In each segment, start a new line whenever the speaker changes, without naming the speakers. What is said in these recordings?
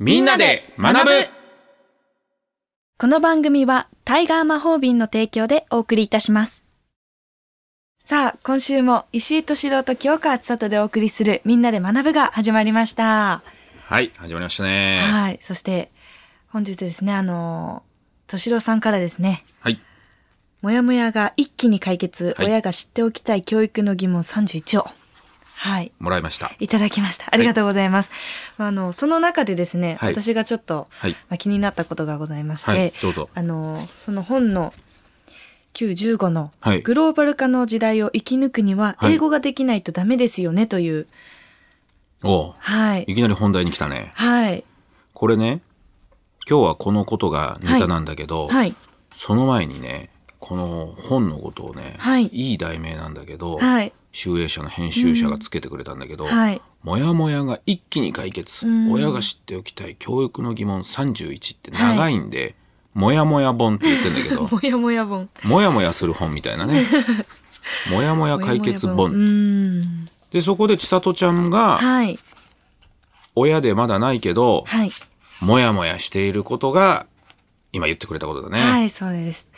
みんなで学ぶ
この番組はタイガー魔法瓶の提供でお送りいたします。さあ、今週も石井敏郎と清川千里でお送りするみんなで学ぶが始まりました。
はい、始まりましたね。
はい。そして、本日ですね、あのー、敏郎さんからですね、
はい。
もやもやが一気に解決、
はい
親が知っておきたい教育の疑問31を、はい。
もらいました。
いただきました。ありがとうございます。あの、その中でですね、
はい
私がちょっと、
はい
まあ、気になったことがございまして、
はいどうぞ
あの、その本の915の、
はい
グローバル化の時代を生き抜くには、
はい
英語ができないとダメですよねという、
おう
はい。
いきなり本題に来たね。
はい。
これね、今日はこのことがネタなんだけど、
はい。
その前にね、この本のことをね、
はい
い題名なんだけど、
はい。
集英社の編集者がつけてくれたんだけど、
はい。
もやもやが一気に解決、
うん
親が知っておきたい教育の疑問31って
はい
長いんで、もやもや本って言ってんだけ ど、
もやもや本。
もやもやする本みたいな ね。もやもや解決
もやもやう
本。
ーん。
で、そこで千里ちゃんが、
はい。
親でまだないけど、
はい。
もやもやしていることが、今言ってくれたことだね。
はい、そうです。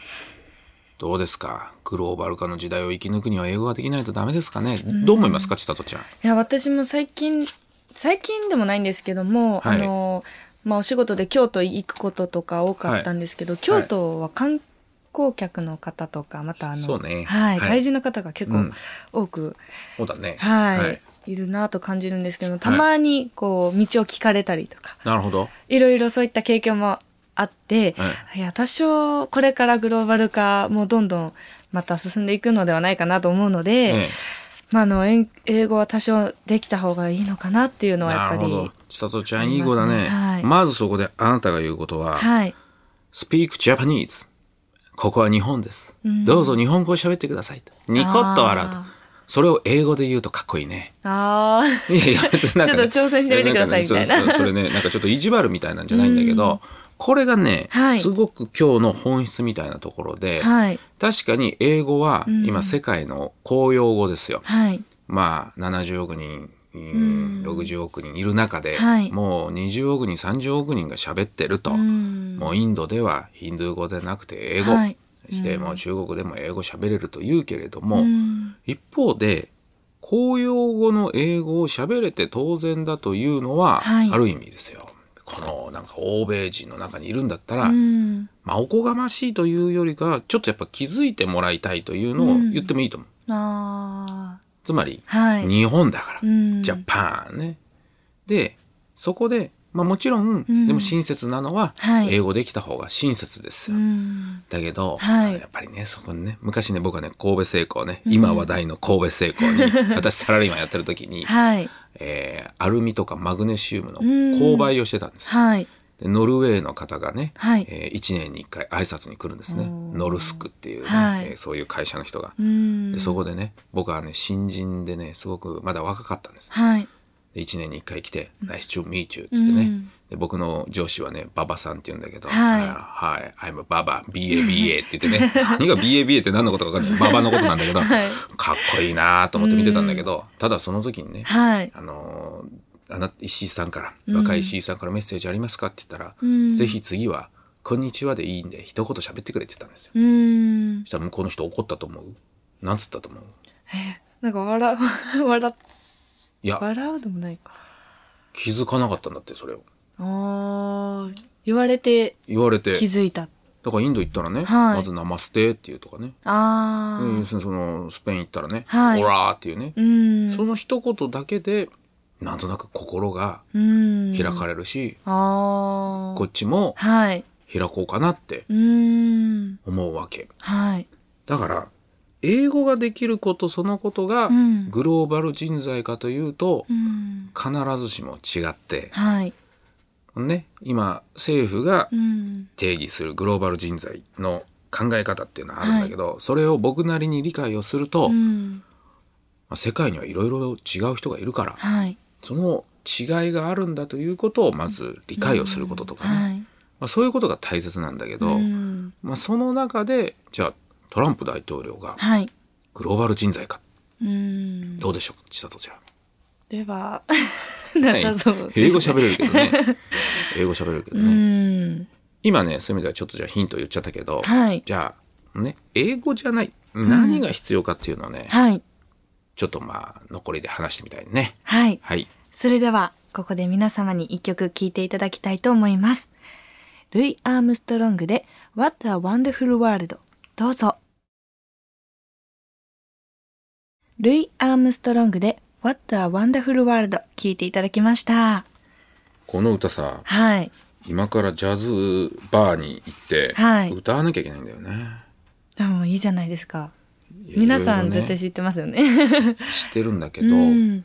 どうですかグローバル化の時代を生き抜くには英語ができないとダメですかね、どう思いますか千里ちゃん。
いや、私も最近、最近でもないんですけども、
はい
あの、まあ、お仕事で京都行くこととか多かったんですけど、京都は観光客の方とか、またあの、
そうね
はい、
はい
外人の方が結
う
構
ん
多く、
そうだね。
はい、い、るなと感じるんですけど、たまにこう、道を聞かれたりとか、
なるほど。
いろいろそういった経験もあって、、
はい
や、多少これからグローバル化もどんどんまた進んでいくのではないかなと思うので、
ええ
まあ、あのえん英語は多少できた方がいいのかなっていうのはやっ
な
ぱ
る
り
ほど。千里ちゃん、いい子だ
あ
ね
りますねはい
まずそこであなたが言うことは、
はい
speak Japanese。ここは日本です。どうぞ日本語を喋ってくださいと。ニコッと笑うと
あー。
それを英語で言うとかっこいいね。
あー
いやい や、別になんかね、
ちょっと挑戦してみてくださいみたいな
か
ん
ねそうそうそれね、なんかちょっと意地悪みたいなんじゃないんだけど、これがね、
はい
すごく今日の本質みたいなところで、
はい
確かに英語は今世界の公用語ですよ。
はい
まあ、70億人、60億人いる中で、
はい
もう20億人、30億人が喋ってると。
うん
もうインドではヒンドゥー語でなくて英語、
はい
して、もう中国でも英語喋れると言うけれども、
うん
一方で、公用語の英語を喋れて当然だというのは、
はい
ある意味ですよ。この、なんか欧米人の中にいるんだったら、
うん
まあおこがましいというよりか、ちょっとやっぱ気づいてもらいたいというのを言ってもいいと思う。
あ
つまり
ー、はい
日本だから、
うん
ジャパンね。で、そこで、まあもちろん、
うん
でも親切なのは、
はい
英語できた方が親切です
う
よ。
ん
だけど、
はい
あのやっぱりね、そこにね、昔ね、僕はね、神戸製鋼ね、今話題の神戸製鋼 に、私サラリーマンやってる時に、
はい
えーアルミとかマグネシウムの
ん
購買をしてたんです。
はい
でノルウェーの方がね、
はい
え1年に1回挨拶に来るんですね。
おー
ノルスクっていうね、
はい
えーそういう会社の人が。
うん
でそこでね、僕はね、新人でね、すごくまだ若かったんです。
はい
で1年に1回来て、ナイスチューミーチューっつってね、
うん
で、僕の上司はね、ババさんって言うんだけど、
はい
あはい、I'm a ババ、BABA って言ってね、 何が BABA って何のことか分かんない、ババのことなんだけど、
はい
かっこいいなと思って見てたんだけど、ただその時にね、
はい
あのーあな、石井さんから、若い石井さんからメッセージありますかって言ったら、
うん
ぜひ次は、こんにちはでいいんで、一言喋ってくれって言ったんですよ。
うん
そしたら向こうの人怒ったと思うなんつったと思う
なんか笑う 笑
いや、
笑うでもないか
気づかなかったんだって、それを。
あー言われて
言われて。
気づいた
だからインド行ったらね、
はい
まずナマステっていうとかね。
あ
で
ー
その、スペイン行ったらね、
はい
オラーっていうね。
うん
その一言だけで、なんとなく心が
うん
開かれるし、
ああ。
こっちも
はい。
開こうかなって
うーん。
思うわけ。
はい。
だから、英語ができることそのことが
うん、
グローバル人材かというと
う、ん。
必ずしも違って、
はい。
ね、今、政府が
うん。
定義するグローバル人材の考え方っていうのはあるんだけど、それを僕なりに理解をすると、
うん。
まあ世界にはいろいろ違う人がいるから、
はい。
その違いがあるんだということをまず理解をすることとかね、
はい。
まあ、そういうことが大切なんだけど、
うん
まあ、その中でじゃあトランプ大統領が
はい。
グローバル人材か
うん。
どうでしょう千里ちゃん。
では、 なさ そう、
英語喋れるけど ね。英語喋れるけど
う
ね。
ん。
今ね、そういう意味ではちょっとじゃあヒント言っちゃったけど、
はい。
じゃあ、ね、英語じゃない。何が必要かっていうのをね、
はい。
ちょっとまあ、残りで話してみたいね。
はい。
はい。
それでは、ここで皆様に一曲聴いていただきたいと思います。ルイ・アームストロングで What a Wonderful World どうぞ。ルイ・アームストロングで What a Wonderful World 聴いていただきました。
この歌さ、
はい。
今からジャズバーに行って、
はい
歌わなきゃいけないんだよね。
でもいいじゃないですか。
いや
皆さ
いろい
ん
ろ
絶
ね
対知ってますよね。
知ってるんだけ
う
ど、
ん。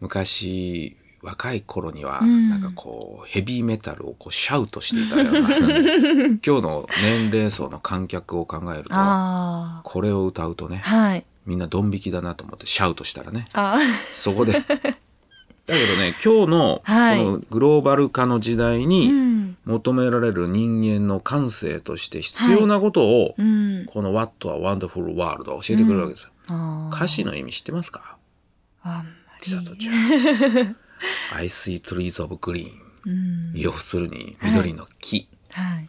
昔若い頃には、
うん
なんかこうヘビーメタルをこうシャウトしていたよう な今日の年齢層の観客を考えると
あ
これを歌うとね
あ。はい。
みんなドン引きだなと思ってシャウトしたら ね
ああ。
そこでだけどね今日のこ
はい
のグローバル化の時代
う
に
ん。
求められる人間の感性として必要なことを、
うん。
この What a Wonderful World を教えてくれるわけですよ、
ああ。
歌詞の意味知ってますか
あんま
ちさと
り。
ちゃん。I see trees of green.
うん。
要するに、緑の木。
はい。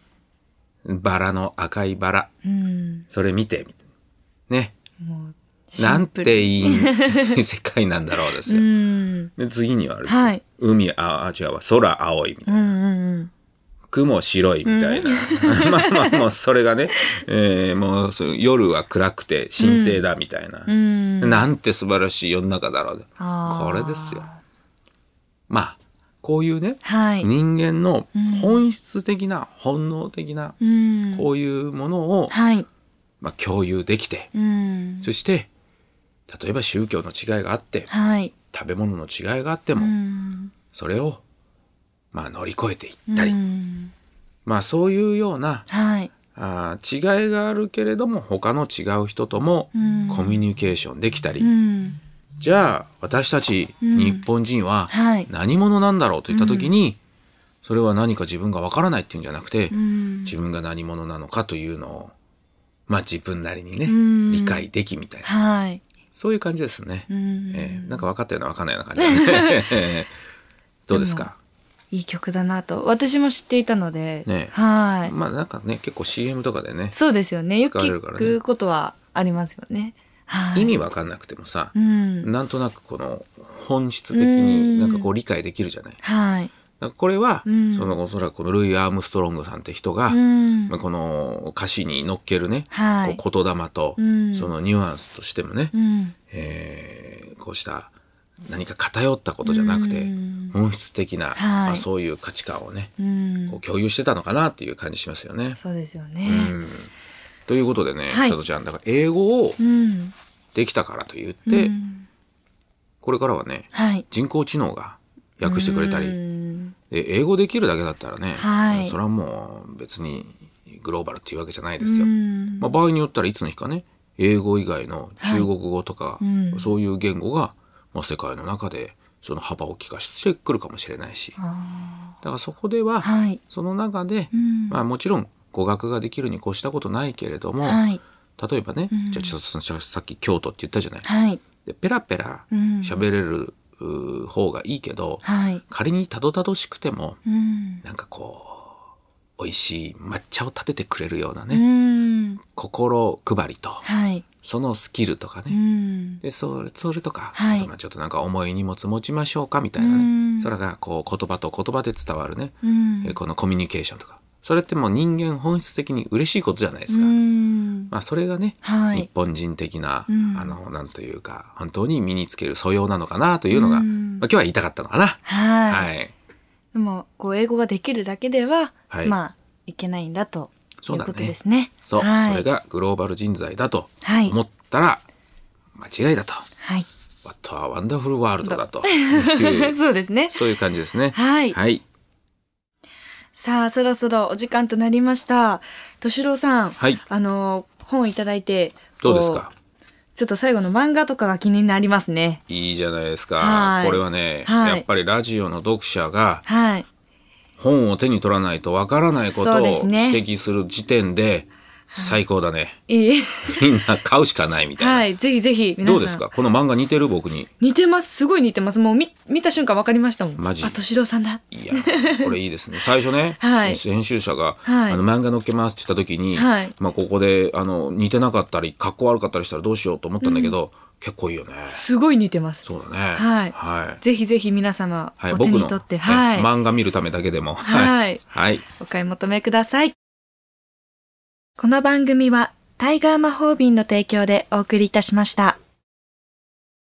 バラの赤いバラ。
うん。
それ見て。みたいなね。
もう、
なんて
い。
い い世界なんだろうです
う
よ。
ん。
で、次にはあれですよ
はい
海、あ、あ違うわ。空青いみたいな。
うんうん
雲白いみたいな。 まあまあもうそれがね、えーもうそう夜は暗くて神聖だみたいな。
うん。うん。
なんて素晴らしい世の中だろう。
あー
これですよ。まあ、こういうね、
はい。
人間の本質的な、本能的な、
うん。
こういうものを、
はい。
まあ、共有できて、
うん。
そして、例えば宗教の違いがあって、
はい。
食べ物の違いがあって
う
も、
ん。
それを、まあ、乗り越えていったり、
うん
まあ、そういうような、
はい。
あー違いがあるけれども、他の違う人とも
うん
コミュニケーションできたり、
うん。
じゃあ、私たち、
うん
日本人は
はい、
何者なんだろうと言ったときに、それは何か自分がわからないっていうんじゃなくて
う、ん。
自分が何者なのかというのを、まあ自分なりにね、
うん
理解できみたいな、
はい。
そういう感じですね。
うん。
えーなんか分かったような分かんないような感じだね えーどうですか
いい曲だなと。私も知っていたので。
ね
はい。
まあなんかね、結構 CM とかでね、
そうですよね。よく
使われるから
聞
ね
くことはありますよね。はい。
意味分かんなくてもさ
う、ん。
なんとなくこの本質的
うん
になんかこう理解できるじゃない。
はい。
だからこれは、
うん
そのおそらくこのルイ・アームストロングさんって人が、
うん
まあ。この歌詞に乗っけるね、
はい。
こう言霊と、
うん
そのニュアンスとしてもね、
うん。
えーこうした何か偏ったことじゃなくて
うん
本質的な、
はい
まあ、そういう価値観をね
うん
こう共有してたのかなっていう感じしますよね。
そうですよ
う
ね。
ん、ということでね、
はい
さとちゃんだから英語を
うん。
できたからと言っ
う
て、
ん
これからはね
はい。
人工知能が訳してくれたり、
うん
で英語できるだけだったらね、
はい
それはもう別にグローバルっていうわけじゃないですよ。
うん
まあ、場合によったらいつの日かね英語以外の中国語とか、
いうん
そういう言語が、まあ、世界の中でその幅を利かしてくるかもしれないしだ
あ
からそこでは、
ーはい。
その中で、
うん
まあ、もちろん語学ができるに越したことないけれども、
はい。
例えばね、
うん
じゃあちょっとささっき京都って言ったじゃない。
はい。
でペラペラ
うん
喋れる、うー方がいいけど、
はい。
仮にたどたどしくても
うん。
なんかこう美味しい抹茶を立ててくれるようなね、
うん。
心配りと
はい。
そのスキルとかね、
うん。
で、それ、それとか、
はい
あとまあちょっとなんか重い荷物持ちましょうかみたいな
う
ね
ん。
それがこう言葉と言葉で伝わるね、
うん
えーこのコミュニケーションとか。それってもう人間本質的に嬉しいことじゃないですか。
うん
まあそれがね、
は
日
い。
本人的な、
うん
あの、なんというか、本当に身につける素養なのかなというのが、
うん
まあ今日は言いたかったのかな。
はい。
はい。
でも、こう、英語ができるだけでは、
はい
まあ、いけないんだと。い
そううだね
ことですね。
そう、
はい
それがグローバル人材だと
はい
思ったら、間違いだと。
はい。
What a wonderful world だと。 いう
そうですね。
そういう感じですね。
はい
はい。
さあ、そろそろお時間となりました。敏郎さん。
はい
あの、本をいただいて。
どうです
こ
か
ちょっと最後の漫画とかが気になりますね。
いいじゃないです
は
か。
い
これはね、
はい
やっぱりラジオの読者が
はい。
本を手に取らないとわからないこと
そ
を
うで
指
すね
摘する時点で、最高だね。
いい。
みんな買うしかないみたいな。
はい。ぜひぜひ、皆さん。
どうですかこの漫画似てる僕に。
似てます。すごい似てます。もう見、見た瞬間分かりましたもん。
マジ
あ、敏郎さんだ。
いや、これいいです ね。最初ね、
はい
編集者が、
はい
あの漫画載っけますって言った時に、
はい
まあここであの似てなかったり、格好悪かったりしたらどうしようと思ったんだけど、結構いいよね。
すごい似てます。
そうだね。
はい
はい。
ぜひぜひ皆様、
はい、
お手
僕
に
の、
取って、
ね
はい、
漫画見るためだけでも。
はい
はい。
お買い求めください。この番組は、タイガー魔法瓶の提供でお送りいたしました。